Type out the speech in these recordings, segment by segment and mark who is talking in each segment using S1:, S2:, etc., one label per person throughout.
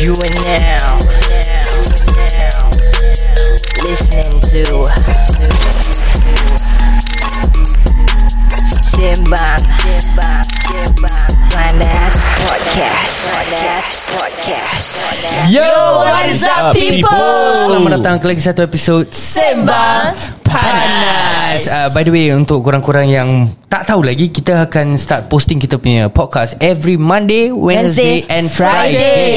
S1: You are now listening to Simbang Panas Podcast Panas Podcast
S2: Yo,
S3: what is up, people?
S2: Selamat datang ke lagi satu episod
S3: Sembang
S2: Panas uh, By the way, untuk korang-korang yang tak tahu lagi Kita akan start posting kita punya podcast Every Monday, Wednesday,
S3: Wednesday,
S2: and Friday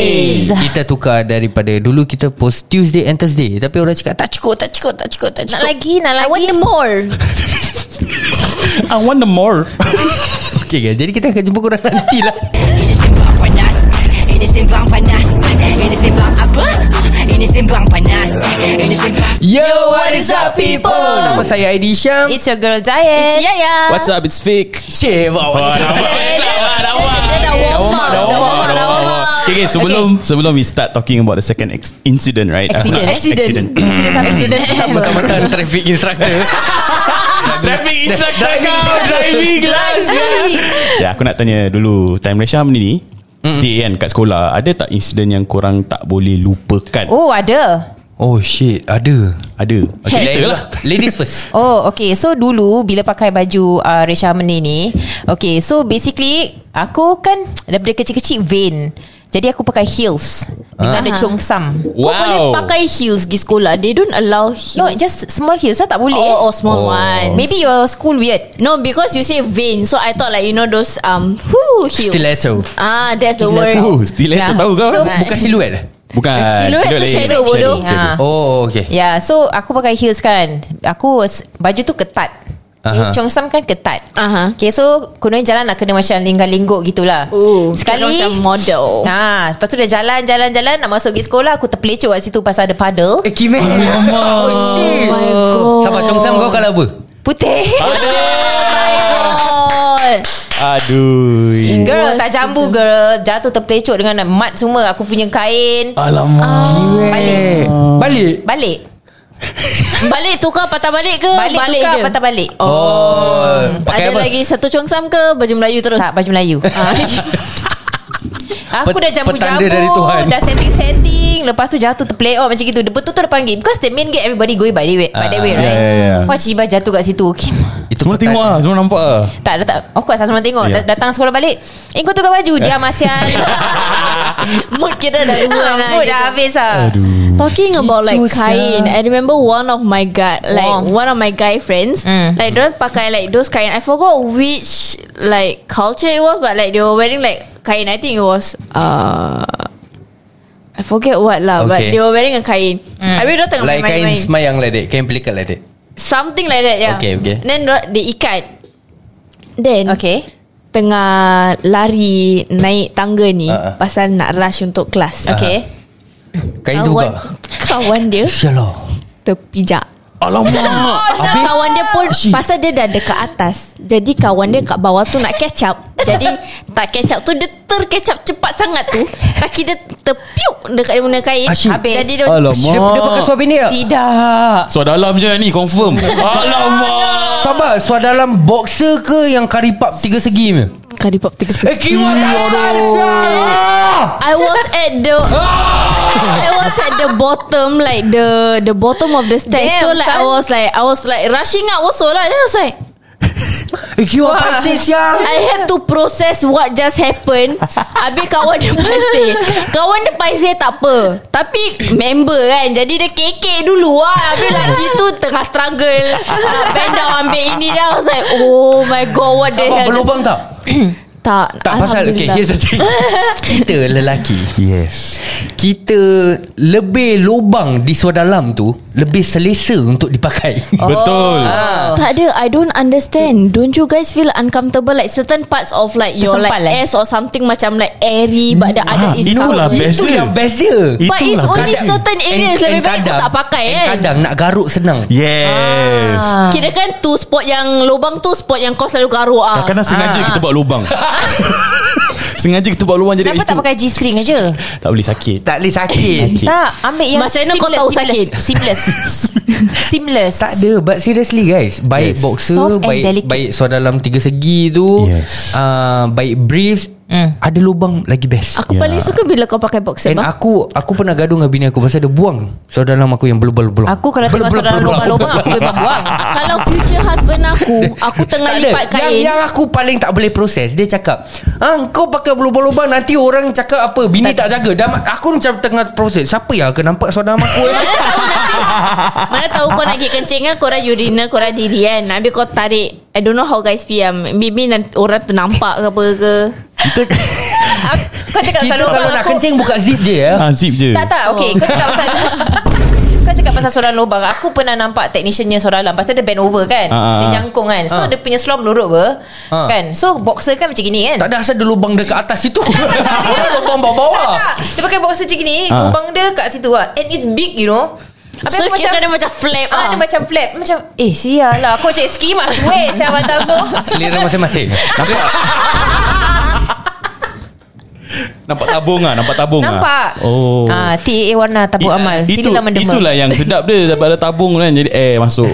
S3: Fridays.
S2: Kita tukar daripada dulu kita post Tuesday and Thursday Tapi orang cakap tak cukup, tak cukup, tak cukup, tak
S3: Nak
S2: cukup
S3: lagi, nak lagi I want more
S4: I want the more
S2: Okay guys, jadi kita akan jumpa korang nanti lah
S5: Ini sembang panas Ini sembang panas Ini sembang apa? Ini sembang panas Ini sembang
S2: Yo,
S3: what is up, people?
S2: Nama saya Aidy Syam
S3: It's your girl Diet It's Yaya
S4: What's up it's fake
S2: Cik, wow, what's up?
S3: Dia dah warm up Dah warm up Dah warm up
S4: Okay, okay sebelum okay. sebelum we start talking about the second ex- incident right
S3: Accident
S4: Uh,
S3: Accident Accident sampai accident
S2: Mantan traffic instructor
S4: Traffic instructor kau Driving class Okay Ya, aku nak tanya dulu Time Malaysia hari ni Day kan kat sekolah Ada tak insiden yang korang tak boleh lupakan
S6: Oh ada
S2: Oh shit, ada
S4: Ada Okay cerita lah
S2: Ladies first
S6: Oh okay So dulu Bila pakai baju uh, Resha Meni ni Okay so basically Aku kan Daripada kecil-kecil vain Jadi aku pakai heels
S3: Ah.
S6: Dengan ada congsam
S4: Wow
S3: Kau boleh pakai heels pergi sekolah They don't allow
S6: No
S3: heels
S6: just small heels Saya tak boleh
S3: Oh, oh small oh. one
S6: Maybe your school weird
S3: No because you say vain So I thought like You know those um, whew, heels
S2: Stiletto
S3: Ah that's the word
S4: Oh stiletto
S6: Nah.
S4: tahu kau
S6: So,
S2: Bukan siluet lah
S4: Bukan
S3: Ya. Silhouette tu
S4: lain.
S3: shadow, bodoh.
S4: shadow.
S6: Ha.
S2: Oh okay
S6: Yeah so aku pakai heels kan Aku was- Baju tu ketat
S2: Aha.
S6: uh-huh. Congsam kan ketat
S3: Aha.
S6: Okay so Kena jalan nak kena macam Lenggak-lenggok gitulah
S3: Ooh,
S6: Sekali
S3: Oh, Macam model
S6: Ha, lepas tu dah jalan jalan jalan nak masuk pergi sekolah aku terpelecok kat situ pasal ada puddle.
S2: Eh kimek Oh shit Sabar congsam kau kalau apa?
S6: Putih.
S3: Ha. God
S4: Aduh
S6: Girl tak jambu girl Jatuh terpelecok dengan mat semua Aku punya kain
S2: Alamak Kimek
S6: balik.
S2: Balik
S6: Balik
S3: Balik tukar patah Eh, balik ke
S6: Balik, balik tukar
S3: je?
S6: patah balik oh,
S2: Oh Pakai
S3: Ada
S2: apa?
S3: lagi satu congsam ke Baju Melayu terus
S6: Tak baju Melayu Ah. Aku
S2: Pet-
S6: dah jambu-jambu
S2: petanda dari Tuhan.
S6: Dah setting-setting Lepas tu jatuh terpelecok macam gitu Betul-betul depan gate Because the main gate Everybody going by the way, by
S2: Ah,
S6: the way
S4: yeah,
S6: right
S4: yeah, yeah.
S6: Wah cibah jatuh kat situ Okay
S2: Itu
S4: Semua
S2: petang.
S4: tengok lah Semua nampak lah
S6: Tak, dah tak Of course lah semua tengok
S4: Ya.
S6: yeah. Datang sekolah balik Eh kau tukar baju Dia Masyan
S3: Mood kita dah dua lah
S6: Rambut dah
S3: gitu.
S6: habis lah
S3: Talking about like
S2: Hijau,
S3: kain
S2: sia.
S3: I remember one of my guy Like
S6: Wong.
S3: one of my guy friends
S6: Mm.
S3: Like dorang pakai like those kain I forgot which Like culture it was But like they were wearing like Kain I think it was uh, I forget what lah But
S2: Okay.
S3: they were wearing a kain
S6: Mm.
S3: Habis dorang tengah
S2: Like kain
S3: main-main
S2: semayang like that Kain pelikat lah, like that
S3: Something like that yeah.
S2: Okay, okay.
S3: Then dorang- they ikat Then
S6: Okay
S3: Tengah lari Naik tangga ni
S2: Ah, ah.
S3: Pasal nak rush untuk kelas
S6: Okay
S2: Uh-huh. Kain tu
S3: Kawan-
S2: kau
S3: Kawan dia
S2: Sialah
S3: Terpijak
S2: Alamak
S3: Pasal kawan dia pun Pasal dia dah dekat atas Jadi kawan dia kat bawah tu Nak catch up Jadi Tak catch up tu Dia tercatch up cepat sangat tu Kaki dia terpiuk Dekat dia punya kain
S2: Asyik.
S3: Habis Jadi dia
S4: Alamak Ah.
S2: Dia, dia pakai suara bini tak?
S6: Tidak
S4: Suara dalam je ni confirm Alamak
S2: Sabar Suara dalam boxer ke Yang karipap tiga segi ni
S3: Kari pop tiga
S2: Eh kimak tak salah
S3: I was at the I was at the bottom Like the The bottom of the stairs
S6: Damn,
S3: So like I
S6: son.
S3: was like I was like Rushing out also lah Then I was like
S2: Eh kimak pasir sial
S3: I had to process what just happened. Habis kawan dia pasir. Kawan dia pasir tak apa. Tapi member kan. Jadi dia kekek dulu lah. Habis lelaki tu tengah struggle. Uh, bend down ambil ini dia. I was like, oh my god, what the
S2: Abang
S3: hell.
S2: berlubang tak?
S3: Tak.
S2: Tak pasal Okay
S3: Alhamdulillah.
S2: here's the thing Kita lelaki
S4: Yes
S2: Kita Lebih lubang Di suara dalam tu Lebih selesa Untuk dipakai
S4: Betul
S3: Tak ada I don't understand Don't you guys feel uncomfortable Like certain parts of like Your like
S6: Tersempat, eh?
S3: ass Or something macam like airy But the
S4: Ah,
S3: other is
S4: itulah
S3: covered.
S4: best
S2: Itu
S4: dia.
S2: yang best dia
S3: But it's
S4: Itulah
S3: only
S4: kadang-
S3: certain areas
S2: And-
S3: Lebih
S2: and
S3: baik kau tak pakai
S2: and
S3: kan
S2: Kadang nak garuk senang
S4: Yes
S2: Ah.
S3: Kira kan tu spot yang lubang tu spot yang kau selalu garuk ah.
S4: Kadang-kadang sengaja
S2: Ah.
S4: kita buat lubang Sengaja kita buat lubang jadi
S6: Kenapa
S4: kat
S6: tak
S4: situ.
S6: pakai G-string aja
S4: Tak boleh sakit
S2: Tak boleh sakit
S4: Sakit.
S6: Tak ambil yang
S3: Macam mana kau tahu sakit?
S6: Seamless Seamless
S2: Tak ada But seriously guys Baik yes.
S4: Yes.
S2: boxer
S6: Soft and
S2: Baik
S6: delicate.
S2: baik suara dalam tiga segi tu
S4: Yes.
S2: uh, Baik briefs Ada lubang lagi best
S3: Hmm. Aku
S4: Ya.
S3: paling suka bila kau pakai boxer
S2: And
S3: bang.
S2: aku Aku pernah gaduh dengan bini aku Pasal dia buang Saudara dalam aku yang belum-belum
S6: Aku kalau tengok saudara lubang-lubang Aku memang buang
S3: Ah, Kalau future husband aku, aku
S2: tak
S3: tengah
S2: ada.
S3: lipat kain.
S2: Yang, yang aku paling tak boleh proses Dia cakap ah, Kau pakai lubang-lubang Nanti orang cakap apa Bini tak, jaga Dah, ma- Aku macam tengah proses Siapa yang akan nampak saudara aku eh?
S3: Mana tahu kau nak pergi kencing kan Korang urinal Korang diri kan Habis kau tarik I don't know how guys pee um, Maybe nanti orang ternampak ke apa ke
S6: Kau cakap
S2: Kita
S6: pasal
S2: kalau
S6: lubang
S2: nak
S6: aku
S2: kencing Buka zip je ya.
S4: Ah, zip je
S6: Tak tak Okay kau cakap pasal Kau cakap pasal seorang lubang Aku pernah nampak Teknisiannya seorang lubang Pasal dia bend over kan
S4: Ah, ah,
S6: Dia
S4: ah.
S6: nyangkung kan So
S2: Ah.
S6: dia punya slum lurut apa
S2: Ah.
S6: Kan So boxer kan macam gini kan
S2: Tak ada asal ada lubang dekat atas situ Ada lubang bawah-bawah
S6: tak Dia pakai boxer macam gini
S4: Oh! Ah.
S6: Lubang dia kat situ lah And it's big you know Habis
S3: So
S6: aku
S3: kira dia macam flap
S6: Ah,
S3: ah.
S6: dia macam flap Macam Eh sial lah Aku macam Ski mak Weh siapa aku
S2: Selera masing-masing
S4: Nampak Nampak tabung ah, nampak tabung
S6: Nampak
S4: ah. Oh.
S6: ah, TAA warna Tabuk
S4: I-
S6: amal lah
S4: itu,
S6: Silalah menderma
S4: Itulah yang sedap dia Daripada tabung kan Jadi air masuk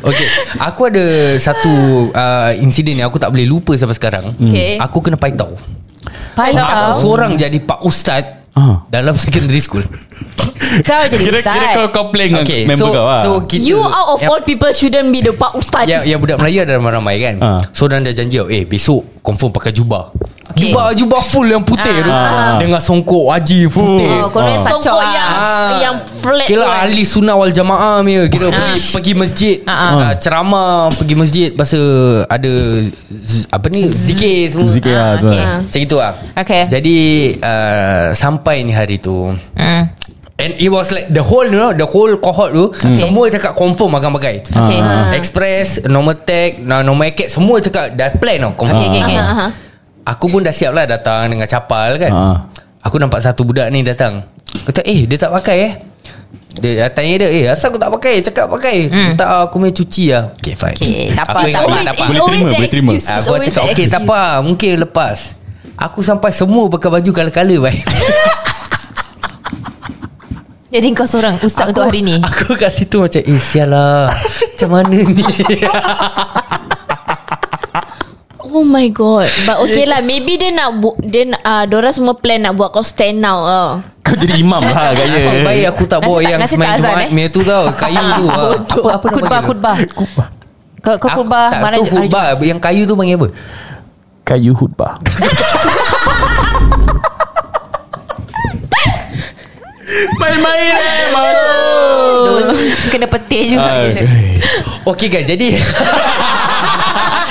S2: Okay Aku ada satu uh, Insiden yang aku tak boleh lupa Sampai sekarang
S6: Okay.
S2: Aku kena paitau Aku
S6: Paitau
S2: seorang jadi Pak Ustaz
S4: Ah.
S2: Dalam secondary school
S6: Kau jadi
S4: Kira
S6: besar
S4: kira kau complain dengan
S2: Okay
S4: member
S2: so,
S4: kau lah
S2: so kita,
S3: You out of
S2: yang-
S3: all people Shouldn't be the pak ustaz
S2: Ya, ya budak Melayu ada ramai-ramai kan
S4: Ha.
S2: So dan dah janji Eh besok confirm pakai jubah Jubah jubah full yang putih tu
S4: Ah.
S2: Dengan songkok haji putih
S6: Oh, korang
S4: Ah.
S6: sacok
S3: Songkok
S6: ah.
S3: yang Yang flat
S2: Kira
S3: tu kan.
S2: ahli sunnah wal jamaah punya Kira pergi, pergi masjid
S6: Ah,
S2: ah, Ceramah Pergi masjid Bahasa ada z- Apa ni Zikir semua
S4: Zikir lah tu
S6: okay.
S4: lah.
S2: Macam itu lah
S6: Okay.
S2: Jadi uh, Sampai ni hari tu
S6: Hmm.
S2: And it was like The whole you know The whole cohort tu Semua cakap confirm akan pakai
S6: Okay.
S2: Ah. Express Normal tag no- Normal acad Semua cakap Dah plan tau
S6: Okay,
S2: Confirm
S6: Ah. okay, okay.
S3: Aha.
S2: Aku pun dah siap lah Datang dengan capal kan
S4: Ah.
S2: Aku nampak satu budak ni datang Kata eh dia tak pakai eh dia dia tanya dia Eh asal aku tak pakai Cakap pakai Tak aku punya cuci lah Okay fine
S6: Okay, tak apa,
S2: Aku
S6: tak
S2: ingat
S6: apa.
S2: dia tak apa
S3: It's
S4: Boleh
S3: always
S4: terima,
S3: the
S4: boleh terima.
S3: excuse. It's
S2: Aku
S3: always
S2: cakap
S3: the
S2: okay tak
S3: excuse.
S2: apa Mungkin lepas Aku sampai semua pakai baju kala-kala baik
S6: Jadi kau seorang Ustaz untuk hari ni
S2: Aku kat situ macam Eh sial lah Macam mana ni
S3: Oh my god But okay lah Maybe dia nak bu- Dia nak uh, Diorang semua plan nak buat kau stand out uh.
S4: Kau jadi imam lah gaya
S2: Ya, Nasib baik aku tak
S6: Nasib
S2: bawa
S6: tak-
S2: yang
S6: nasib
S2: Semain
S6: tak azan,
S2: Jumaat
S6: eh.
S2: Mia tu tau Kayu tu ah. Apa
S6: Khutbah
S2: apa nama dia tu?
S6: Khutbah Khutbah Kau, kau
S2: Aku-
S6: khutbah
S2: tak,
S6: mana
S2: tu khutbah ah, Yang kayu tu panggil apa
S4: Kayu khutbah Main-main eh Masuk
S6: Ah, Kena petik juga
S2: Okay guys jadi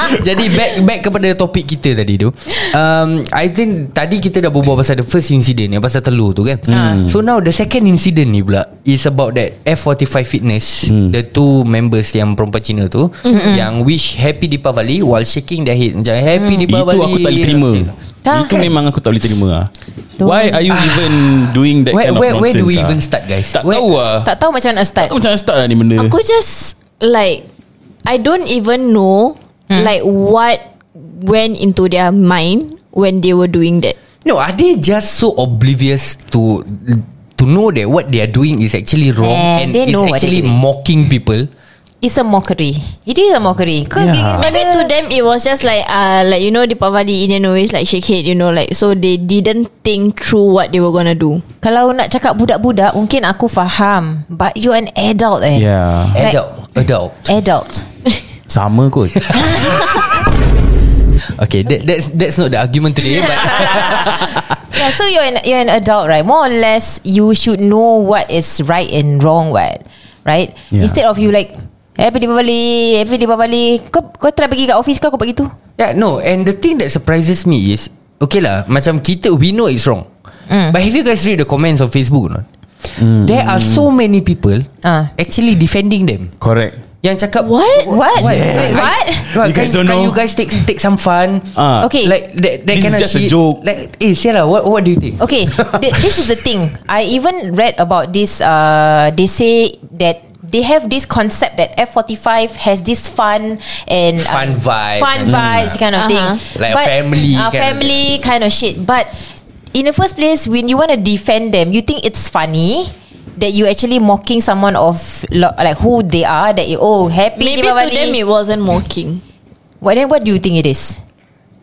S2: Jadi back back kepada topik kita tadi tu um, I think tadi kita dah berbual pasal the first incident yang Pasal telur tu kan So now the second incident ni pula Is about that F45 Fitness
S4: Hmm.
S2: The two members yang perempan Cina tu Yang wish happy Deepavali While shaking their head Macam happy Deepavali
S4: Itu aku tak boleh terima
S6: Tak.
S4: Itu memang aku tak boleh terima lah Why are you even Doing that
S2: Where,
S4: kind of
S2: where,
S4: nonsense
S2: where do we
S4: ah?
S2: even start guys?
S4: Tak
S2: Where-
S4: tahu lah
S6: Tak tahu macam mana nak start
S4: Tak tahu macam mana start lah ni benda
S3: Aku just Like I don't even know Like what Went into their mind When they were doing that
S2: No, are they just so oblivious to to know that what they are doing is actually wrong
S6: Eh,
S2: and
S6: they
S2: it's
S6: know what
S2: actually
S6: they're doing.
S2: mocking people?
S6: It's a mockery It is a mockery Kau yeah.
S4: Yeah.
S3: Maybe to them it was just like uh like you know the Pavali Indian always like shake head you know like so they didn't think through what they were gonna do.
S6: Kalau nak cakap budak-budak Mungkin aku faham But you an adult eh
S2: Ya.
S4: Yeah
S6: Like-
S2: Adult, adult.
S6: Adult
S4: Sama kot
S2: Okay, that, that's that's not the argument today. But
S6: Yeah, so you're an, you're an adult, right? More or less, you should know what is right and wrong, what, right?
S4: Yeah.
S6: Instead of you like, "Eh, happy Deepavali, happy Deepavali. Kau, kau try pergi kat office kau, kau pergi tu.
S2: yeah, no. And the thing that surprises me is okay lah. Macam kita we know it's wrong,
S6: Mm.
S2: but have you guys read the comments on Facebook? or Not? There are so many people
S6: Ah.
S2: actually defending them.
S4: Correct
S2: Yang cakap
S3: What?
S6: What? Wait, what?
S2: Well,
S4: You
S2: can,
S4: guys don't
S2: can
S4: know?
S2: you guys take take some fun?
S4: Ah.
S6: Okay.
S2: Like that, that
S4: This is
S2: kind of
S4: just a
S2: shit.
S4: joke.
S2: Like, eh, Sierra, what what do you think?
S6: Okay, th- this is the thing. I even read about this. Uh, they say that they have this concept that F45 has this fun and uh,
S2: Fun vibe. Hmm.
S6: fun
S4: Hmm.
S6: vibes kan? kind of thing,
S3: Uh-huh.
S2: Like a family
S6: uh,
S2: kind of
S6: family kind of shit. But in the first place, when you want to defend them, you think it's funny. That you actually mocking someone of lo- like who they are. That you oh happy
S3: Maybe to
S6: Deepavali.
S3: them it wasn't mocking.
S6: What then? What do you think it is?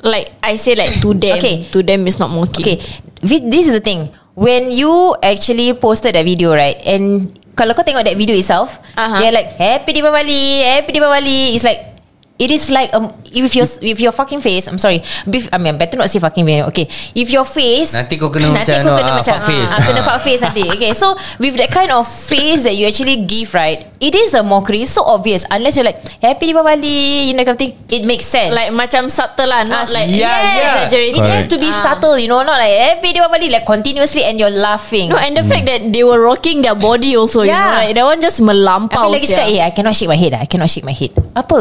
S3: Like I say like to them
S6: Okay.
S3: To them is not mocking
S6: Okay, thi- this is the thing. When you actually posted that video, right? And kalau kau tengok that video itself,
S3: Aha.
S6: uh-huh. they're like Happy Diwali, Happy Diwali. It's like it is like um, if your if your fucking face, I'm sorry. Bef- I mean, better not say fucking. video, Okay, if your face
S2: Nanti kau kena
S6: nanti
S2: macam
S6: kau
S2: no,
S6: kena
S2: ah,
S6: macam
S2: fuck face.
S6: ah, kena
S2: Ah.
S6: fuck face nanti. Okay, so with that kind of face that you actually give, right? It is a mockery. It's so obvious unless you're like Happy Diwali, you know, kind of thing. It makes sense.
S3: Like macam subtle lah Not
S6: Ah,
S3: like
S2: yeah, yeah.
S3: exaggerated
S6: It has to be
S3: Ah.
S6: subtle, you know, not like happy Diwali, like continuously and you're laughing.
S3: No, and the fact that they were rocking their body also, you
S6: Yeah.
S3: know, like that one just
S6: Habis
S3: melampau.
S6: lagi
S3: sia.
S6: cakap, eh, I cannot shake my head, lah. I cannot shake my head. Apa?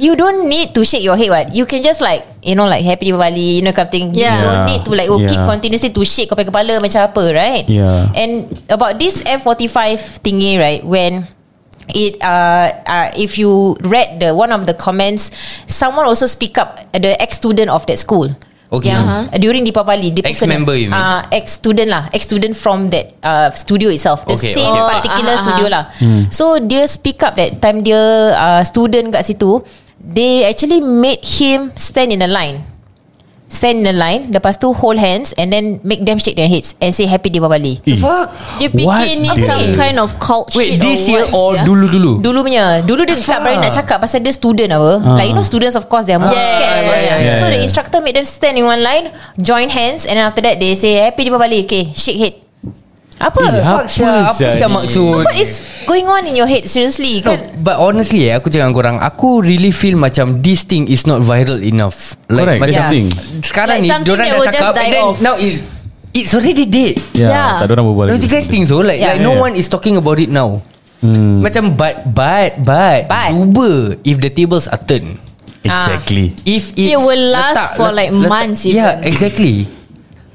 S6: You don't need to shake your head, what? You can just like, you know, like happy Diwali, you know, kind of thing.
S3: Yeah.
S6: You don't need to like, oh, keep
S4: Yeah.
S6: continuously to shake kau punya kepala macam apa, right?
S4: Yeah.
S6: And about this F45 thingy, right? When it uh, uh if you read the one of the comments someone also speak up the ex student of that school
S2: Okay.
S4: Eh.
S6: Yang Uh-huh. during Deepavali dia pun kena-
S2: Ex-member you mean?
S6: ah, ex student lah ex student from that uh, studio itself the
S2: Okay,
S6: same
S2: okay.
S6: particular
S3: Oh, ah, ah,
S6: studio lah so dia speak up that time dia uh, student kat situ they actually made him stand in a line stand in a line lepas tu hold hands and then make them shake their heads and say happy Deepavali
S2: Fuck.
S3: Dia
S4: What
S3: fikir ni
S4: the-
S3: some kind of cult
S2: Wait,
S3: shit
S2: this year
S3: or
S2: or
S3: what, sia.
S2: dulu-dulu?
S6: Dulu punya Dulu dia tak berani nak cakap Pasal dia student apa uh. Like you know students of course They are more
S3: Yeah,
S6: yeah, scared
S3: yeah, yeah,
S4: yeah.
S6: So the
S4: Yeah.
S6: instructor made them stand in one line Join hands And then after that They say happy Deepavali Okay shake head Apa?
S2: Eh, Fuck sia, apa
S4: sia
S2: sia
S4: ni?
S2: maksud?
S6: What is going on in your head Seriously
S2: No,
S6: kan?
S2: but honestly eh, aku cakap dengan korang Aku really feel macam This thing is not viral enough
S4: Correct, that's
S2: macam
S4: the thing.
S2: Sekarang
S3: Like
S2: ni
S3: something
S2: Diorang
S3: that
S2: dah
S3: will just
S2: cakap
S3: die
S2: And then
S3: off.
S2: now it's It's already dead
S4: yeah,
S3: Yeah.
S4: Ya, Tak ada orang berbual
S2: Don't you guys think so?
S6: Yeah.
S2: Like, yeah. like no
S4: Yeah.
S2: one is talking about it now
S4: Hmm.
S2: Macam but But But
S6: But.
S2: Cuba If the tables are turned Ah.
S4: Exactly
S2: If it's
S3: It will last for like months even.
S2: Yeah exactly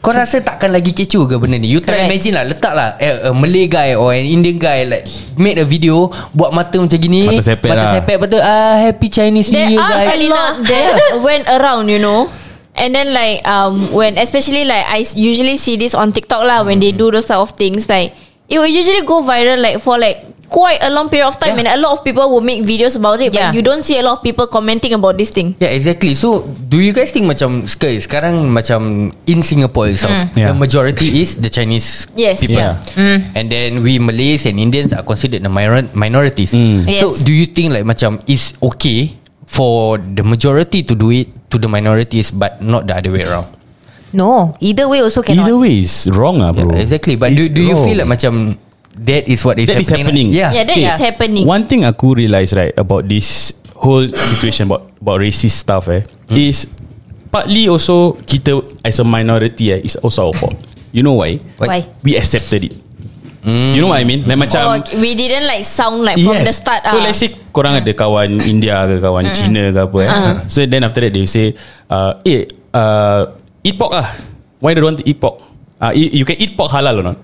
S2: Kau rasa takkan lagi kecoh ke benda ni You try
S6: Correct.
S2: imagine lah Letak lah a, a Malay guy Or an Indian guy Like Made a video Buat mata macam gini
S4: Mata sepet
S2: Mata
S4: lah.
S2: sepet Lepas tu ah, Happy Chinese New
S3: There
S2: Year
S3: are a
S2: guys
S3: lot that went around, you know. And then like um when especially like I s- usually see this on TikTok lah when they do those type of things like it will usually go viral like for like quite a long period of time and a lot of people will make videos about it
S6: Yeah.
S3: but you don't see a lot of people commenting about this thing.
S2: Yeah exactly So do you guys think macam sekali Sekarang macam In Singapore itself
S4: Yeah.
S2: The majority is The Chinese
S3: Yes.
S2: people
S4: Yeah.
S6: Mm.
S2: And then we Malays and Indians Are considered the minor- minorities
S4: Mm.
S2: So
S6: Yes.
S2: do you think like macam Is okay For the majority to do it To the minorities But not the other way around
S6: No Either way also cannot
S4: Either way is wrong lah bro
S2: yeah, Exactly But do,
S4: It's
S2: do you feel
S4: wrong.
S2: like macam That is what is
S4: That is
S2: happening,
S4: happening.
S2: Yeah.
S3: Yeah, that is
S4: Okay.
S3: happening.
S4: One thing aku realise right about this whole situation about about racist stuff eh
S2: Hmm.
S4: is partly also kita as a minority eh is also our fault. You know why?
S2: What?
S6: Why?
S4: We accepted it. You know what I mean? Like
S3: Or
S4: macam
S3: we didn't like sound like from the start.
S4: So
S3: ah. Hmm.
S4: let's say korang ada kawan India ke kawan Cina ke apa eh. So then after that they say uh, eh uh, eat pork ah. Why do you want to eat pork? Uh, you, you can eat pork halal or not?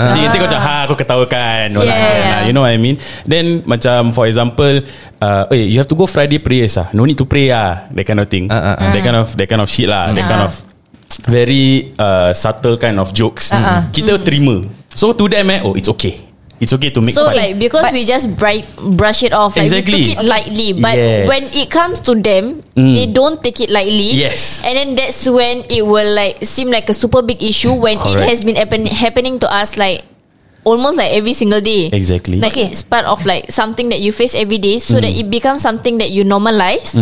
S2: Ah.
S4: Nanti, nanti kau macam Ha aku ketawakan orang
S3: Yeah.
S4: kan, ah, You know what I mean Then macam For example uh, eh, You have to go Friday prayers ah. No need to pray ah. That kind of thing
S2: Ah, ah, ah.
S4: That kind of That kind of shit lah That
S3: Ah.
S4: kind of Very uh, Subtle kind of jokes
S3: Ah,
S4: Kita terima So to them eh Oh it's okay It's okay to make
S3: so
S4: fun
S3: like because
S6: But-
S3: we just bright, brush it off, like
S4: Exactly.
S3: we took it lightly. But
S4: Yes. Mm.
S3: when it comes to them, they don't take it lightly.
S4: Yes.
S3: and then that's when it will like seem like a super big issue when it
S4: Correct.
S3: has been happen- happening to us like almost like every single day.
S4: Exactly. Mm.
S3: Like it's part of like something that you face every day, so that it becomes something that you normalize.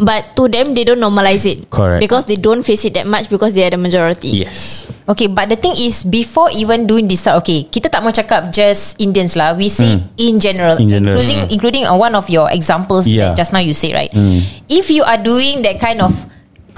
S3: But to them, they don't normalize it.
S4: Correct.
S3: Because they don't face it that much because they are the majority.
S4: Yes.
S6: Okay but the thing is Before even doing this out, Okay Kita tak mau cakap Just Indians lah We say in general
S4: Hmm. In general.
S6: Including including on one of your examples
S4: Yeah. Hmm.
S6: That just now you say right If you are doing That kind of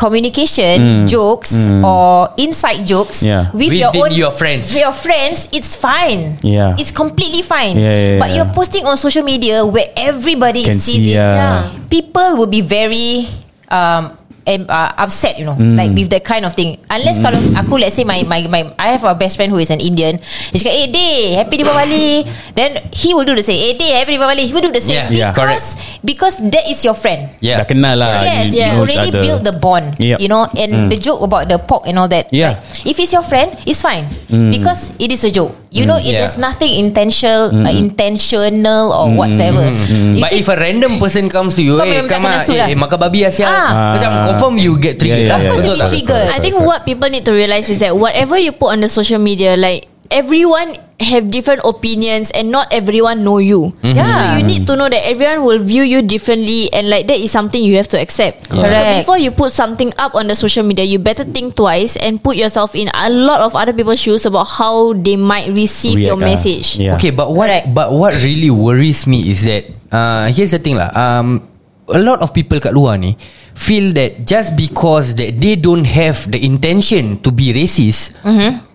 S6: Communication Jokes Or inside jokes
S4: Hmm. Yeah.
S6: With
S2: Within
S6: your own
S2: your friends.
S6: With your friends It's fine
S4: Yeah.
S6: It's completely fine
S4: Yeah, yeah,
S6: But
S4: yeah.
S6: you're posting on social media Where everybody
S4: Can
S6: is sees
S4: see,
S6: it
S4: yeah. Yeah.
S6: people will be very um em- uh, upset you know like with that kind of thing unless kalau aku let's say my, my my I have a best friend who is an Indian dia cakap eh day happy Diwali then he will do the same eh day happy Diwali he will do the same
S2: Yeah,
S6: because
S2: yeah.
S6: because that is your friend
S2: Yeah.
S4: Dah kenal lah.
S6: Yes, you
S4: you, know each
S6: already
S4: other.
S6: build the bond.
S4: Yep.
S6: You know,
S2: Mm.
S6: and the joke about the pork and all that.
S4: Yeah.
S6: If it's your friend, it's fine because it is a joke. You know, it,
S2: Mm. Yeah. Mm.
S6: there's nothing intentional, uh, intentional or whatsoever. You
S2: But
S6: just-
S2: if a random person comes to you
S6: Kau
S2: Eh
S6: memang tak
S2: come
S6: kena
S2: ah
S6: sue lah.
S2: Eh, eh makan babi Asia
S6: Ah.
S2: Macam confirm you get triggered lah.
S4: Yeah, yeah, yeah.
S6: Of course
S2: Betul
S6: you
S2: tak?
S6: be triggered.
S3: I think what people need to realize is that whatever you put on the social media, like everyone have different opinions and not everyone know you.
S4: Mm.
S2: Mm-hmm.
S6: Yeah.
S3: So you need to know that everyone will view you differently and like that is something you have to accept. So
S6: Correct.
S3: before you put something up on the social media, you better think twice and put yourself in a lot of other people's shoes about how they might receive
S4: React
S3: your
S4: ah.
S3: message.
S4: Yeah.
S2: Okay, but what
S6: Correct.
S2: but what really worries me is that uh, here's the thing lah. Um, a lot of people kat luar ni feel that just because that they don't have the intention to be racist,
S6: Mm-hmm.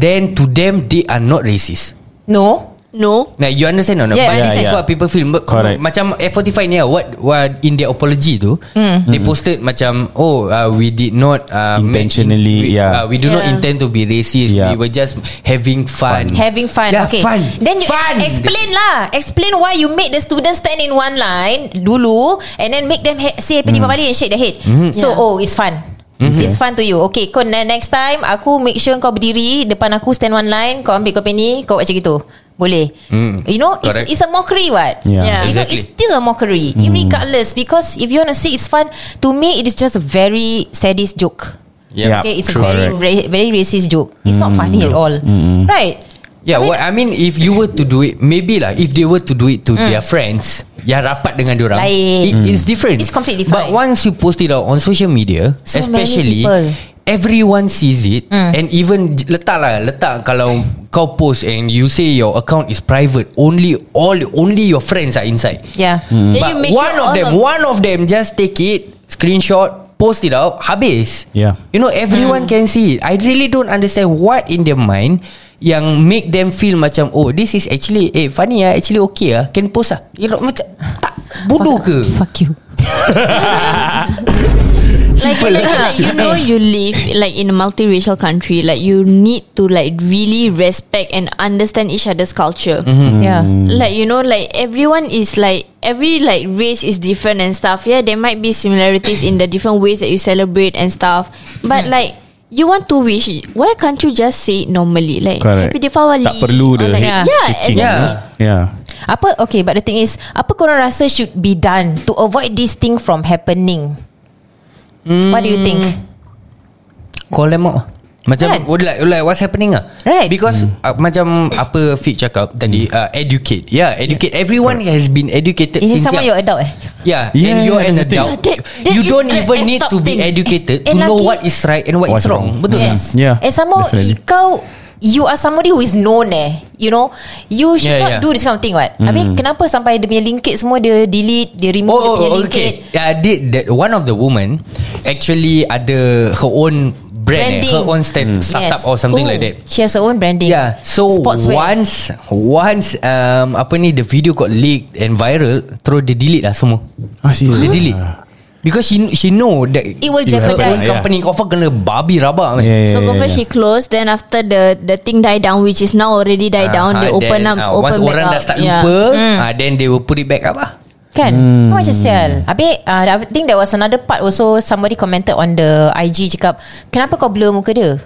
S2: then to them they are not racist.
S6: no.
S3: No?
S2: Now you understand or not?
S6: Yeah,
S2: but
S6: I
S2: this is
S4: understand.
S2: what people feel. But,
S4: Correct.
S2: Macam F45 ni lah, what, what in their apology tu,
S6: Mm.
S2: they
S4: Mm-hmm.
S2: posted macam, oh uh, we did not uh, make-
S4: Intentionally,
S2: we,
S4: yeah.
S2: uh, we do not
S3: Yeah.
S2: intend to be racist.
S4: Yeah.
S2: We were just having fun.
S6: Having fun
S2: Yeah,
S6: okay.
S2: fun.
S6: Then you
S2: Fun.
S6: explain lah Explain why you made the students Stand in one line Dulu And then make them he- Say
S2: Mm.
S6: happy Diwali And shake their head
S2: Mm-hmm.
S6: So
S3: Yeah.
S6: oh it's fun It's fun to you Okay kau ne- next time Aku make sure kau berdiri Depan aku stand one line Kau ambil kau penny Kau buat macam gitu Boleh
S2: Mm.
S6: You know it's,
S2: Correct.
S6: it's a mockery what
S4: Yeah.
S3: Yeah.
S6: You know
S2: Exactly. Mm.
S6: it's still a mockery Irregardless Because if you want to say it's fun To me it is just a very Sadist joke
S4: Yeah.
S6: Okay, it's
S4: True.
S6: a very ra- very racist joke. It's not funny
S4: Mm.
S6: at all, right?
S2: Yeah, I mean, what I mean if you were to do it, maybe lah. If they were to do it to their friends, yang rapat dengan diorang,
S6: Mm. Lain.
S2: it, it's different.
S6: It's completely
S2: But
S6: fine.
S2: once you post it out on social media,
S6: So many
S2: especially,
S6: people. Mm.
S2: everyone sees it, and even j- letak lah, letak kalau kau post and you say your account is private, only all only your friends are inside.
S6: Yeah.
S4: Mm.
S3: Then you
S2: Hmm. But
S3: make
S2: one
S3: sure
S2: of
S3: all
S2: them, one of them just take it, screenshot, post it out, habis.
S4: Yeah.
S2: You know,
S3: Hmm.
S2: everyone can see it. I really don't understand what in their mind yang make them feel macam oh this is actually eh funny ah actually okay ah can post ah you know macam tak bodoh ke
S6: Fuck you.
S3: like,
S2: Simple
S3: like,
S2: lah.
S3: like you know you live like in a multiracial country like you need to like really respect and understand each other's culture
S2: Mm-hmm.
S6: Yeah.
S4: Mm.
S3: like you know like everyone is like every like race is different and stuff yeah there might be similarities in the different ways that you celebrate and stuff
S2: Mm.
S3: but like you want to wish why can't you just say it normally like
S4: Correct.
S3: happy Diwali
S4: Tak perlu
S3: or
S4: the
S3: like,
S4: head
S3: yeah,
S4: shaking.
S3: exactly.
S2: Yeah.
S4: Yeah.
S6: Apa okay, but the thing is, apa korang rasa should be done to avoid this thing from happening?
S2: Mm.
S6: What do you think?
S2: call them out ah. macam
S6: Kan?
S2: oh, like, like what's happening ah
S6: Right.
S2: because uh, macam apa Fit cakap tadi uh, educate yeah educate everyone has been educated
S6: Is it
S2: since
S6: someone
S2: young.
S6: you're adult eh?
S2: Yeah,
S4: Yeah,
S2: Ya, and you're
S4: yeah,
S2: an
S4: that's the
S2: adult.
S3: thing. Yeah, that- that
S2: you
S3: is
S2: don't
S3: the
S2: even need
S3: stop
S2: to be
S3: thing.
S2: educated to
S6: And
S2: know
S6: lagi-
S2: what is right and what is
S4: What's
S2: wrong.
S4: wrong.
S2: Betul
S6: Yes.
S2: tak?
S4: Mm. Yeah,
S6: And some more
S4: definitely.
S6: kau you are somebody who is known eh. You know, you should
S2: Yeah,
S6: not
S2: yeah.
S6: do this kind of thing what. I
S4: Mm.
S6: mean, kenapa sampai dia punya linkage semua dia delete, dia remove
S2: Oh,
S6: dia
S2: oh,
S6: punya
S2: oh,
S6: linkage.
S2: okay. Yeah, I did that. One of the woman actually ada her own brand, eh,
S6: Branding.
S2: her own sta-
S4: Hmm.
S2: startup or something
S6: Oh,
S2: like that.
S6: She has her own branding.
S2: Yeah. So
S6: Sportswear.
S2: once once um apa ni the video got leaked and viral, throw dia delete lah semua.
S4: Ah, serious?
S2: Dia delete. Because she she know that
S6: It will
S4: You have
S2: her own
S4: jeopardize.
S6: jeopardize.
S2: company offer kena babi rabak man.
S4: Yeah, yeah,
S3: So
S4: yeah,
S3: first she
S4: yeah.
S3: closed Then after the The thing die down Which is now already die down
S2: Ah,
S3: They open
S2: then,
S3: up
S2: ah,
S3: open
S2: Once
S3: back
S2: orang
S3: up. Ya. Hmm.
S2: dah start
S3: Yeah.
S2: lupa ah, Then they will put it back up lah
S6: Kan? Hmm. Macam sial. Habis, uh, I think there was another part also somebody commented on the IG cakap, kenapa kau blur muka dia?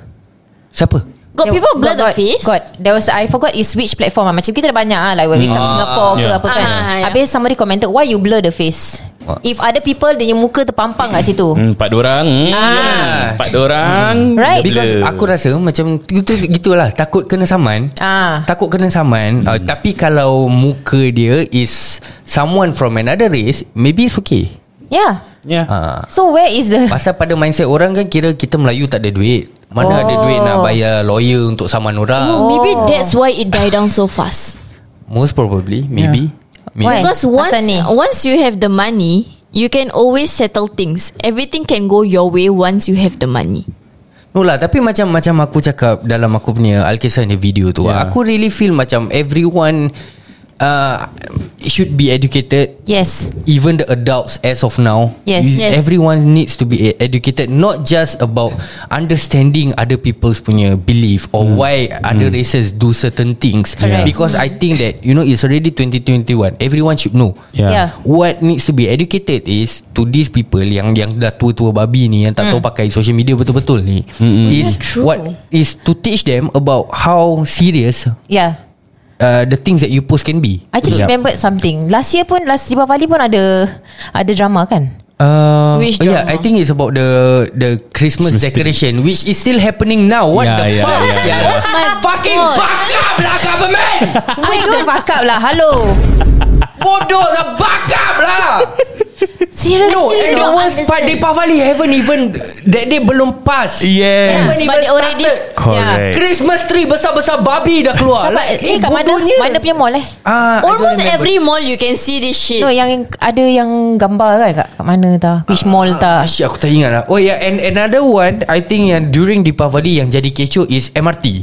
S2: Siapa?
S3: Got
S6: There-
S3: people blur
S6: got-
S3: the face
S6: Got, there was I forgot is which platform ah. Macam kita ada banyak ah, Like when we come
S2: Ah,
S6: Singapore ke
S4: yeah.
S6: apa kan
S3: Ah, yeah.
S6: Habis somebody commented Why you blur the face
S2: What?
S6: If other people Dia punya muka terpampang kat situ
S4: Hmm, empat orang.
S2: Ah.
S4: Empat orang.
S2: Hmm.
S6: Right.
S2: Because
S4: Blur.
S2: aku rasa macam gitu gitulah takut kena saman.
S6: Ah.
S2: Takut kena saman. Uh, tapi kalau muka dia is someone from another race, maybe it's okay.
S6: Yeah
S4: Yeah.
S2: Ah.
S6: So where is the
S2: Pasal pada mindset orang kan kira kita Melayu tak ada duit. Mana
S6: Oh.
S2: ada duit nak bayar lawyer untuk saman orang?
S3: Oh, maybe that's why it die down so fast.
S2: Most probably, maybe. maybe.
S6: Why?
S3: Because
S6: Asal
S3: once
S6: ni?
S3: once you have the money, you can always settle things. Everything can go your way once you have the money.
S2: No lah Tapi macam Macam aku cakap Dalam aku punya Alkisah ni video tu
S4: Yeah.
S2: yeah. Aku really feel macam Everyone uh, should be educated
S6: Yes.
S2: even the adults as of now
S6: Yes.
S2: is
S3: Yes.
S2: everyone needs to be e- educated not just about understanding other people's punya belief or why other races do certain things
S6: Correct.
S2: because i think that you know it's already 2021 everyone should know
S4: Yeah.
S6: Yeah.
S2: What needs to be educated is to these people yang yang dah tua-tua babi ni yang tak tahu pakai social media betul-betul ni
S4: Hmm.
S2: is
S3: Yeah, Hmm. true.
S2: what is to teach them about how serious
S6: Yeah.
S2: uh, the things that you post can be.
S6: I just
S4: Yep.
S6: remembered something. Last year pun last Deepavali pun ada ada drama kan?
S2: Uh,
S3: Which
S2: yeah,
S3: drama?
S2: I think it's about the the Christmas
S4: Christmas
S2: decoration, which is still happening now. What
S4: Yeah,
S2: the
S4: yeah,
S2: fuck?
S4: yeah,
S2: sia?
S4: yeah.
S2: Fucking
S3: God.
S2: buck up lah government.
S6: Wake the Ah, fuck up lah. Hello.
S2: Bodoh lah, buck up lah.
S6: Seriously.
S2: No, and the
S3: don't
S2: worst part,
S3: understand.
S2: Deepavali haven't even that day belum pass.
S4: Yes.
S2: Haven't
S3: But
S2: even
S3: they already-
S2: started.
S4: Correct.
S2: Christmas tree besar-besar babi dah keluar. Lah,
S6: Sabar,
S2: Like,
S6: eh, kat mana?
S2: bodohnya.
S6: Mana punya mall eh?
S2: Ah, I don't
S3: Almost
S2: remember.
S3: every mall you can see this shit.
S6: No, yang ada yang gambar kan kat, kat mana tah? Which mall tah?
S2: Ah, shit, aku tak ingat lah. Oh yeah, and another one, I think yang during Deepavali yang jadi kecoh is MRT.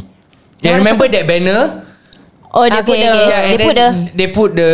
S2: Yeah, remember that banner?
S3: Oh, dia
S6: Okay,
S3: put the
S6: okay, yeah.
S2: and
S6: Eh, they put
S2: then they put the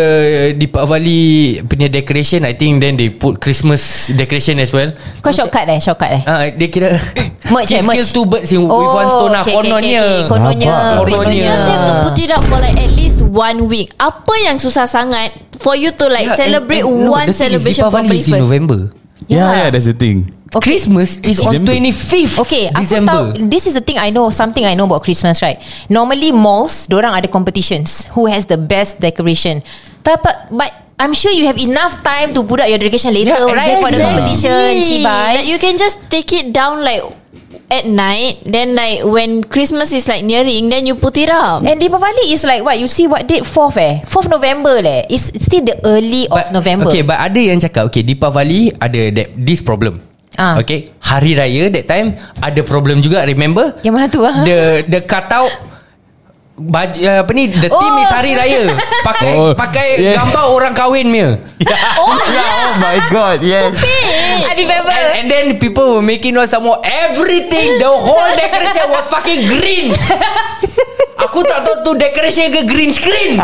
S2: Deepavali punya decoration. I think then they put Christmas decoration as well.
S6: Kau shortcut eh, shortcut eh.
S2: Ah, uh, dia kira
S6: Merch Oh, eh,
S2: kill, kill
S6: merch.
S2: two birds in, with one stone lah. Okay, kononnya. Okay, okay,
S6: Kononnya.
S4: Rabak.
S3: But
S2: Konon
S3: you
S2: dia.
S3: just have to put it up for like at least one week. Apa yang susah sangat for you to like yeah, celebrate and, and, one
S2: the thing is
S3: celebration
S2: Deepavali
S3: properly
S2: is in
S3: first?
S2: November.
S4: Yeah, yeah, that's the thing.
S6: Okay.
S2: Christmas is on
S4: December.
S2: 25th
S6: Okay, aku
S2: December.
S6: tahu this is the thing I know, something I know about Christmas, right? Normally malls, orang ada competitions who has the best decoration. Tapi but I'm sure you have enough time to put up your decoration later,
S2: Yeah,
S6: right? For the
S3: Exactly.
S6: competition, cibai.
S3: Like you can just take it down like at night. Then like when Christmas is like nearing, then you put it up.
S6: And Deepavali is like what you see what date 4th eh 4th November leh It's still the early of November
S2: Okay but ada yang cakap Okay Deepavali Ada that, this problem
S6: Ah.
S2: Okay Hari Raya that time Ada problem juga Remember
S6: Yang mana tu ah?
S2: The The cut out baju, uh, Apa ni The oh. theme
S6: Oh.
S2: is Hari Raya Pakai oh.
S4: Oh.
S2: Pakai yeah.
S4: Yeah.
S2: gambar orang kahwin punya
S3: Oh,
S4: Oh my god, yes.
S6: I
S3: yeah.
S2: Eh,
S6: remember
S2: and, and then people were making noise Some more Everything The whole decoration was fucking green Aku tak tahu tu decoration ke green screen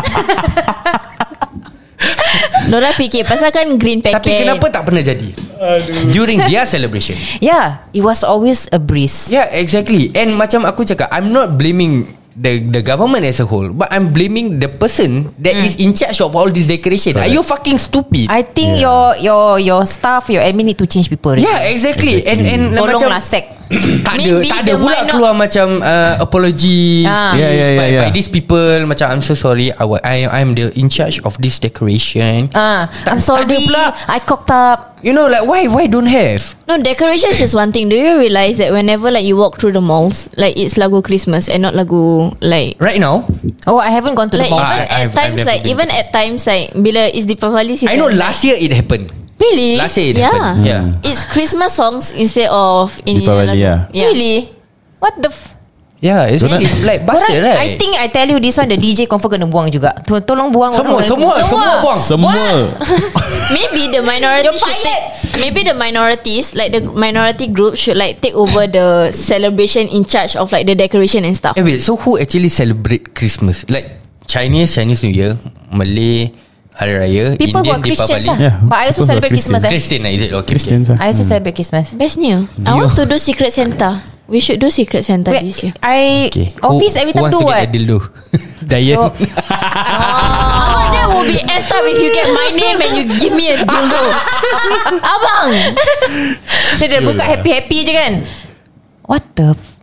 S3: Nora fikir pasal kan green packet.
S2: Tapi kenapa tak pernah jadi Aduh. During their celebration
S6: Yeah It was always a breeze
S2: Yeah, exactly. And macam aku cakap, I'm not blaming the the government as a whole, but I'm blaming the person that mm. is in charge of all this decoration. Correct. Are you fucking stupid?
S6: I
S2: I
S6: think your your your staff Your admin need to change people right?
S2: yeah, exactly. And and macam
S6: Tolonglah sec
S2: tak ada
S3: Maybe
S2: tak ada
S3: they
S2: pula
S3: might not-
S2: keluar macam uh, apology
S6: Ah.
S4: Yeah, yeah, yeah,
S2: by,
S4: yeah.
S2: by these people macam I'm so sorry. I wa- I I'm the in charge of this decoration.
S6: Ah,
S2: Tak-
S6: I'm
S2: tak ada
S6: sorry
S2: pula.
S6: I cocked up
S2: You know like why why don't have?
S3: No, decorations is one thing. Do you realize that whenever like you walk through the malls, like it's lagu Christmas and not lagu like
S2: Right now,
S6: Oh I haven't gone to the
S3: like
S6: mall
S3: even
S2: I-
S3: at
S2: Ah, I've- I've
S3: times
S2: never
S3: like
S2: been.
S3: even at times like bila is Deepavali season.
S2: I know last year it happened.
S6: Really?
S2: Last year it
S3: Yeah.
S2: happened. Yeah.
S4: Hmm.
S3: It's Christmas songs instead of in
S4: Deepavali,
S3: lagu.
S4: yeah.
S6: Really? What the f-
S2: Yeah, it's
S4: Dorang-
S2: really like bastard,
S6: Korang-
S2: right?
S6: I think I tell you This one the DJ confirm kena buang juga To- Tolong buang
S2: Semua,
S6: orang-
S2: semua, semua buang.
S4: Semua.
S3: Maybe the minority
S6: You're
S3: should
S6: fired.
S3: take, maybe the minorities like the minority group should like take over the celebration in charge of like the decoration and stuff.
S2: Eh wait, so who actually celebrate Christmas? Like Chinese, Chinese New Year, Malay, Hari Raya,
S6: People who
S2: Indian
S6: are Christians lah
S2: Deepavali.
S4: Yeah,
S6: But I also
S4: people who are Hmm.
S6: celebrate
S4: Christian.
S6: Christmas eh.
S2: Christian lah, is it? Okay.
S4: Christian
S2: okay.
S4: sah.
S6: I also celebrate Christmas
S3: Bestnya. I want to do Secret Santa. We should do Secret Santa
S6: Wait,
S3: this year.
S6: I okay. office
S2: who,
S6: every
S2: who
S6: time eh.
S2: wants
S6: do
S2: to
S6: what?
S2: get Adil tu? Diane.
S6: Oh.
S3: Abang Oh, that will be effed up if you get my name and you give me a dildo. Abang.
S6: Dia dah buka happy-happy je kan. What the f-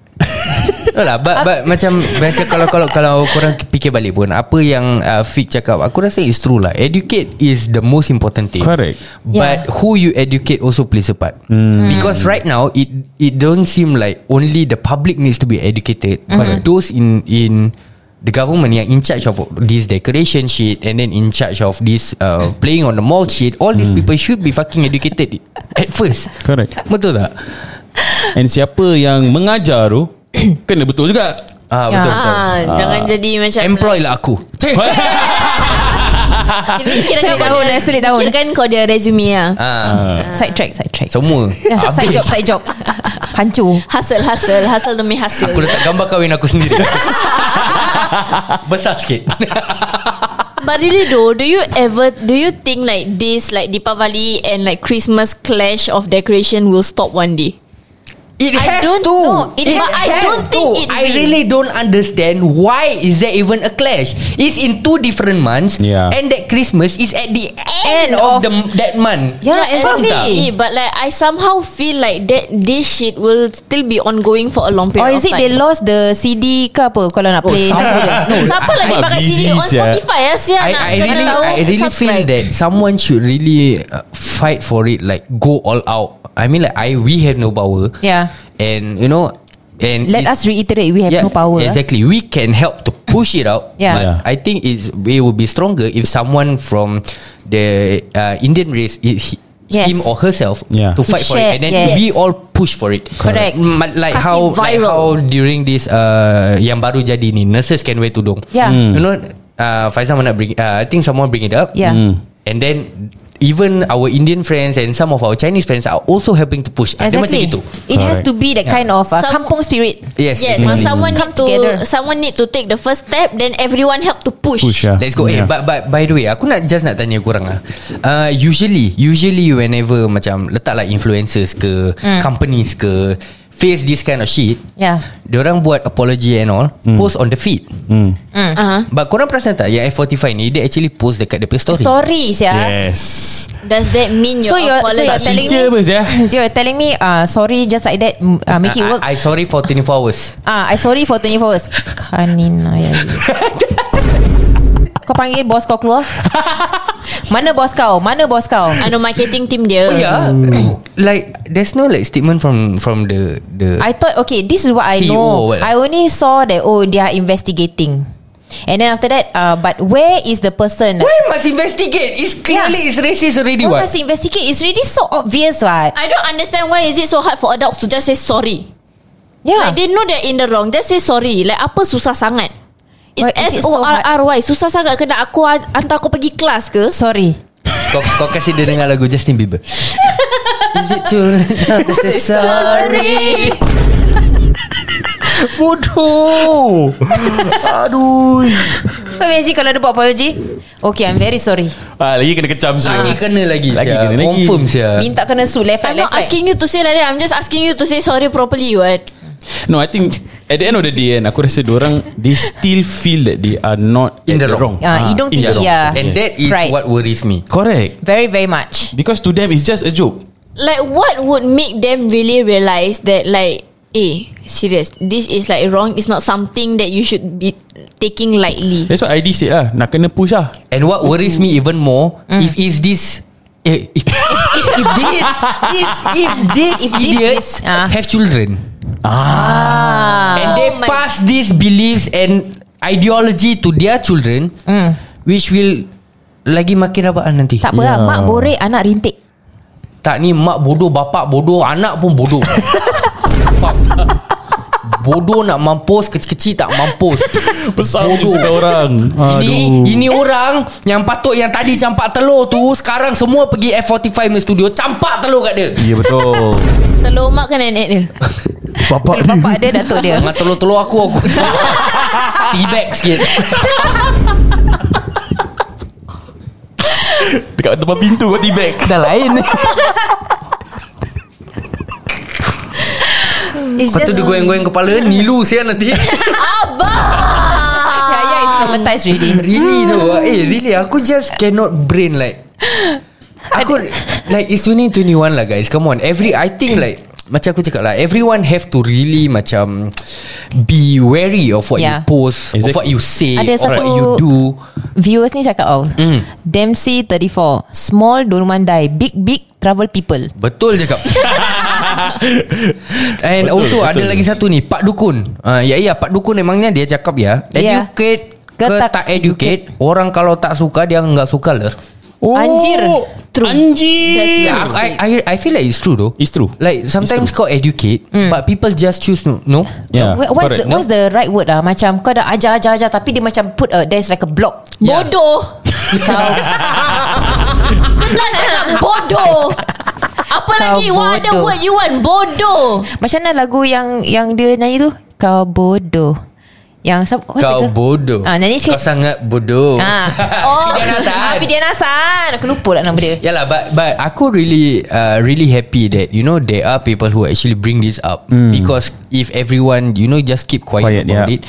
S2: No lah, but, but macam macam kalau kalau kalau korang fikir balik pun apa yang uh, Fik cakap, aku rasa it's true lah. Educate is the most important thing.
S4: Correct.
S2: But yeah. who you educate also plays a part. Mm. Because right now it it don't seem like only the public needs to be educated, mm. but those in in the government yang in charge of this decoration shit and then in charge of this uh, playing on the mall shit, all these people should be fucking educated at first.
S4: Correct.
S2: Betul tak?
S4: And siapa yang mengajar tu kena betul juga.
S2: Ah betul betul.
S3: Ah, jangan jadi macam
S2: Employ lah aku. Cik.
S3: Kira
S6: Sulit tahun eh, sulit tahun.
S3: Kira kan kau dia resume lah.
S2: Ah,
S6: Side track, side track.
S2: semua.
S6: Yeah, side job, side job. Hancur.
S3: Hustle, hustle. Hustle demi hustle.
S2: Aku letak gambar kahwin aku sendiri Besar sikit
S3: but really though, do you ever do you think like this like Deepavali and like Christmas clash of decoration will stop one day?
S2: It
S3: I
S2: has
S3: don't
S2: to.
S3: know. It
S2: has
S3: has- I don't think it
S2: I
S3: will.
S2: really don't understand why is there even a clash. It's in two different months,
S4: Yeah.
S2: and that Christmas is at the
S6: End
S2: end,
S6: of-
S2: of, the that month.
S6: Yeah,
S2: Faham
S6: exactly.
S2: tak?
S3: Eh, but like I somehow feel like that this shit will still be ongoing for a long
S6: Or
S3: period.
S6: is it
S3: of time.
S6: they lost the CD ke apa Kalau
S2: Oh,
S6: nak play
S3: Siapa lagi
S4: I'm
S3: pakai
S4: busy,
S3: CD on
S4: sia.
S3: Spotify ya sia
S2: I,
S3: nak
S2: I
S3: kena
S2: really,
S3: tahu
S2: I really feel
S3: subscribe.
S2: that someone should really uh, fight for it, like go all out. I mean, like I, we have no power.
S6: Yeah.
S2: and you know, and
S6: Let
S2: it's-
S6: us reiterate We have no power eh.
S2: Exactly. We can help to push it out.
S6: Yeah.
S2: But
S4: Yeah.
S2: I think it's we will be stronger if someone from the uh, Indian race i- he-
S6: Yes.
S2: him or herself
S4: Yeah.
S2: to fight for
S6: share,
S2: it and then
S6: yes.
S2: we all push for it
S6: Correct.
S2: Mm, but like
S3: Kasi
S2: how like
S3: viral.
S2: how during this uh, yang baru jadi ni nurses can wear tudung
S6: Yeah. Mm.
S4: Hmm.
S2: you know uh, Faizal mana bring uh, I think someone bring it up Hmm.
S6: Yeah. Mm.
S2: and then even our Indian friends and some of our Chinese friends are also helping to push Ah, dia macam
S6: Exactly
S2: gitu
S6: It has
S4: Alright.
S6: to be That kind of uh,
S3: Some-
S6: Kampung spirit
S2: yes, exactly.
S3: Yes, when someone
S6: Come
S3: need to
S6: together.
S3: someone need to take the first step, then everyone help to push.
S4: Push lah
S2: Let's go yeah. Eh but, but by the way Aku nak just nak tanya korang lah uh, Usually Usually whenever Macam letaklah influencers ke mm. Companies ke Face this kind of shit
S6: Yeah.
S2: Diorang buat apology and all mm. Post on the feed mm.
S6: Uh-huh.
S2: But korang perasan tak Yang F45 ni Dia actually post dekat dia punya story
S6: Stories ya yeah.
S4: Yes
S3: Does that mean
S6: So you're,
S3: your
S6: so you're
S3: apology?
S6: telling me
S4: Sincere apa, sia?
S6: You're telling me uh, Sorry just like that mm, uh, Make it
S2: I-
S6: work
S2: I, I sorry for 24 hours
S6: Ah, I sorry for 24 hours. Kanina ya. kau panggil bos kau keluar. Mana bos kau? Mana bos kau?
S3: Anu marketing team dia.
S2: Oh yeah Like There's no like statement from From the the
S6: I thought okay, this is what I
S2: CEO E or
S6: know.
S2: what?
S6: I only saw that oh they are investigating. And then after that, uh, but where is the person?
S2: Why must investigate It's clearly It's racist already
S6: Why
S2: what
S6: must you investigate? It's really so obvious, what?
S3: I don't understand why is it so hard for adults to just say sorry.
S6: Yeah.
S3: Like they know they're in the wrong, just say sorry. Like apa susah sangat? It's
S6: Why is it
S3: S
S6: so
S3: O R R Y. Susah sangat kena aku an- hantar kau pergi kelas ke?
S6: Oh, sorry.
S2: Kau, kau kasih dia dengar lagu Justin Bieber Is it too late now to say sorry
S4: Bodoh Aduh
S6: Kau imagine kalau dia buat apology? Okay, I'm very sorry.
S4: ah, Lagi kena kecam semua
S2: Lagi kena lagi
S4: Lagi
S2: sia.
S4: kena lagi.
S2: Confirm sia
S6: Minta kena sue left right,
S3: I'm
S6: left
S3: not
S6: right.
S3: asking you to say like that. I'm just asking you to say sorry properly, what?
S4: No I think At the end of the day kan Aku rasa orang They still feel that They are not
S2: In
S4: at
S2: the wrong.
S6: Ah, hidung
S4: in the
S6: tinggi,
S4: wrong.
S6: yeah.
S2: And that is
S6: Right.
S2: what worries me
S4: Correct
S6: Very very much.
S4: Because to them It's just a joke
S3: Like what would make them really realize that like Eh serious This is like wrong It's not something that you should be Taking lightly
S4: That's what ID said lah Nak kena push lah
S2: And what worries me even more If is this eh, if, if, if this is if this
S6: If this-
S2: idiots
S6: this- ah.
S2: have children ah. and they
S3: Oh my-
S2: pass these beliefs and ideology to their children which will lagi makin rabaan nanti
S6: Tak apa lah,
S4: Yeah.
S6: mak borek anak rintik.
S2: Tak ni mak bodoh Bapak bodoh Anak pun bodoh Faham tak? Bodoh nak mampus Kecil-kecil tak mampus
S4: Besar
S2: Bodoh.
S4: Bodoh orang
S2: Ini ini orang Yang patut Yang tadi campak telur tu Sekarang semua pergi F45 punya studio Campak telur kat dia
S4: Ya betul
S3: Telur mak kan nenek dia
S6: Kalau
S4: Bapak
S6: bapak dia, datuk dia.
S2: Dengan telur-telur aku Aku Teabag sikit
S4: Dekat depan pintu kau tibek
S2: Dah lain
S6: It's
S2: Lepas tu dia goyang-goyang kepala Nilu sian nanti
S6: Yeah, yeah, it's traumatized already.
S2: Really
S6: Hmm.
S2: though Eh really Aku just cannot brain like Aku Like it's 2021 lah guys Come on Every I think like Macam aku cakap lah Everyone have to really Macam Be wary of what
S6: Yeah.
S2: you post
S4: Exactly.
S2: Of what you say
S6: Ada
S2: Of what
S6: satu-
S2: you do
S6: Viewers ni cakap oh, mm. Dempsey 34 Small don't want die Big big trouble people
S2: Betul cakap And betul,
S4: Betul,
S2: also betul.
S4: betul.
S2: Ada lagi satu ni Pak Dukun uh, Ya ya Pak Dukun memangnya Dia cakap ya
S6: Ya.
S2: Educate
S6: Ke
S2: Ke
S6: tak
S2: tak educate Orang kalau tak suka Dia nggak suka lah
S4: oh,
S6: Anjir.
S4: True. Anjir
S2: Yeah, I, I I feel like it's true though.
S4: It's true.
S2: Like sometimes kau educate, mm. but people just choose no. No.
S4: Yeah,
S6: Wha- What's the
S4: correct.
S6: What's the right word lah Macam kau dah ajar ajar ajar Tapi dia macam put a, There's like a block
S2: Yeah.
S3: Bodoh
S6: Kau
S3: Senang cakap bodoh Apa
S6: Kau
S3: lagi What other
S6: bodoh.
S3: word you want Bodoh
S6: Macam mana lagu yang Yang dia nyanyi tu Kau bodoh Yang siapa- what's
S2: Kau
S6: the girl?
S2: bodoh
S6: Ah, nanti
S2: Kau
S6: sikit.
S2: sangat bodoh
S6: Ah.
S3: Oh.
S2: Fidian Hassan.
S6: Ah, Fidian Hassan. Aku lupa lah nama dia.
S2: Yalah but but aku really uh, really happy that you know there are people who actually bring this up mm. because if everyone you know just keep quiet,
S4: Quiet,
S2: about
S4: yeah. Mm.
S2: it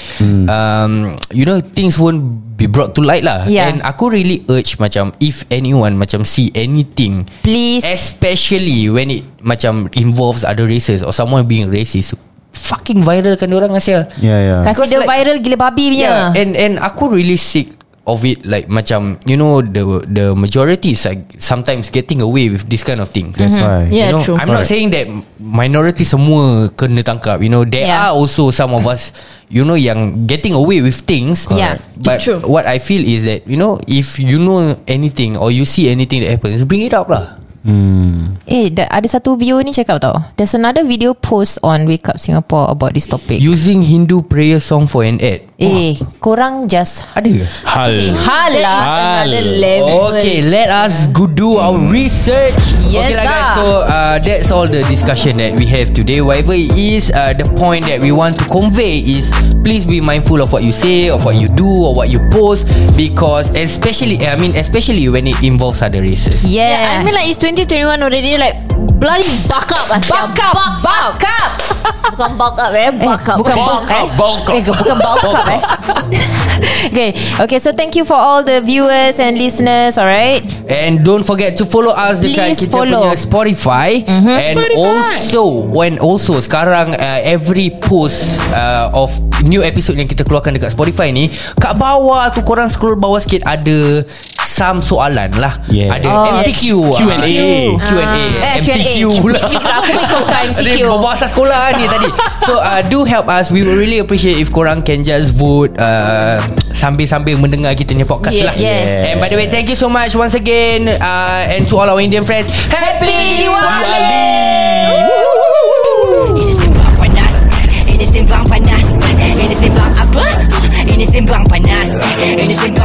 S2: um you know things won't be brought to light lah
S6: Yeah.
S2: and aku really urge macam if anyone macam see anything
S6: Please.
S2: Eh, especially when it macam involves other races or someone being racist fucking viralkan dia orang Asia
S4: Yeah, yeah.
S6: Kasi
S2: Because
S6: dia
S2: like-
S6: viral gila babi punya.
S2: and and aku really sick of it like macam you know the the majority is like sometimes getting away with this kind of
S6: Mhm.
S2: thing.
S4: That's why.
S3: Mm.
S6: Ya.
S3: Yeah,
S2: you know,
S3: true.
S2: I'm not saying that minority semua kena tangkap. You know, there
S6: Yeah.
S2: yeah. are also some of us, you know, yang getting away with things.
S6: Yeah.
S2: But
S3: True.
S2: what I feel is that you know, if you know anything or you see anything that happens, bring it up lah.
S6: Eh, da- ada satu video ni check out tau. There's another video post on Wake Up Singapore about this topic.
S2: Using Hindu prayer song for an ad. Oh,
S6: eh, korang just lah.
S2: Ada ke? Oh,
S4: Hal.
S3: That is
S6: halah.
S3: another
S4: Hal.
S6: Eh,
S3: level.
S2: Okay, let us go do our research.
S6: Yes, ah.
S2: okay, lah, guys.
S6: sir.
S2: So uh, that's all the discussion that we have today. Whatever it is, uh, the point that we want to convey is please be mindful of what you say, of what you do, or what you post, because especially, I mean, especially when it involves other races.
S6: Yeah.
S3: Yeah, I mean like it's 2021 already like bloody buck up lah.
S6: Buck
S3: siap.
S6: up, buck up.
S3: Bukan buck up eh,
S6: Eh,
S3: buck up.
S6: bukan bulk
S4: Bulk up,
S6: eh.
S4: bulk up.
S6: Eh, ke- bukan bulk up eh. okay, okay. So thank you for all the viewers and listeners. Alright.
S2: And don't forget to follow us dekat
S6: Please
S2: kita
S6: follow. Mhm.
S2: punya Spotify and also when also sekarang uh, every post uh, of new episode yang kita keluarkan dekat Spotify ni kat bawah tu korang scroll bawah sikit ada some soalan lah
S4: Yeah.
S2: ada
S6: Oh,
S2: MCQ ah. Q&A
S4: Q&A.
S6: Eh, Q&A.
S2: MCQ pula
S6: MCQ pula. Aku ikut kau MCQ.
S2: Ada kau bahasa sekolah ni tadi So uh, do help us We will really appreciate If korang can just vote uh, Sambil-sambil mendengar kita punya podcast
S3: Yeah,
S2: lah
S6: yes.
S2: And by the way Thank you so much once again uh, And to all our Indian friends Happy Diwali
S5: Ini sembang panas Ini sembang panas Ini sembang apa? Ini sembang panas Ini sembang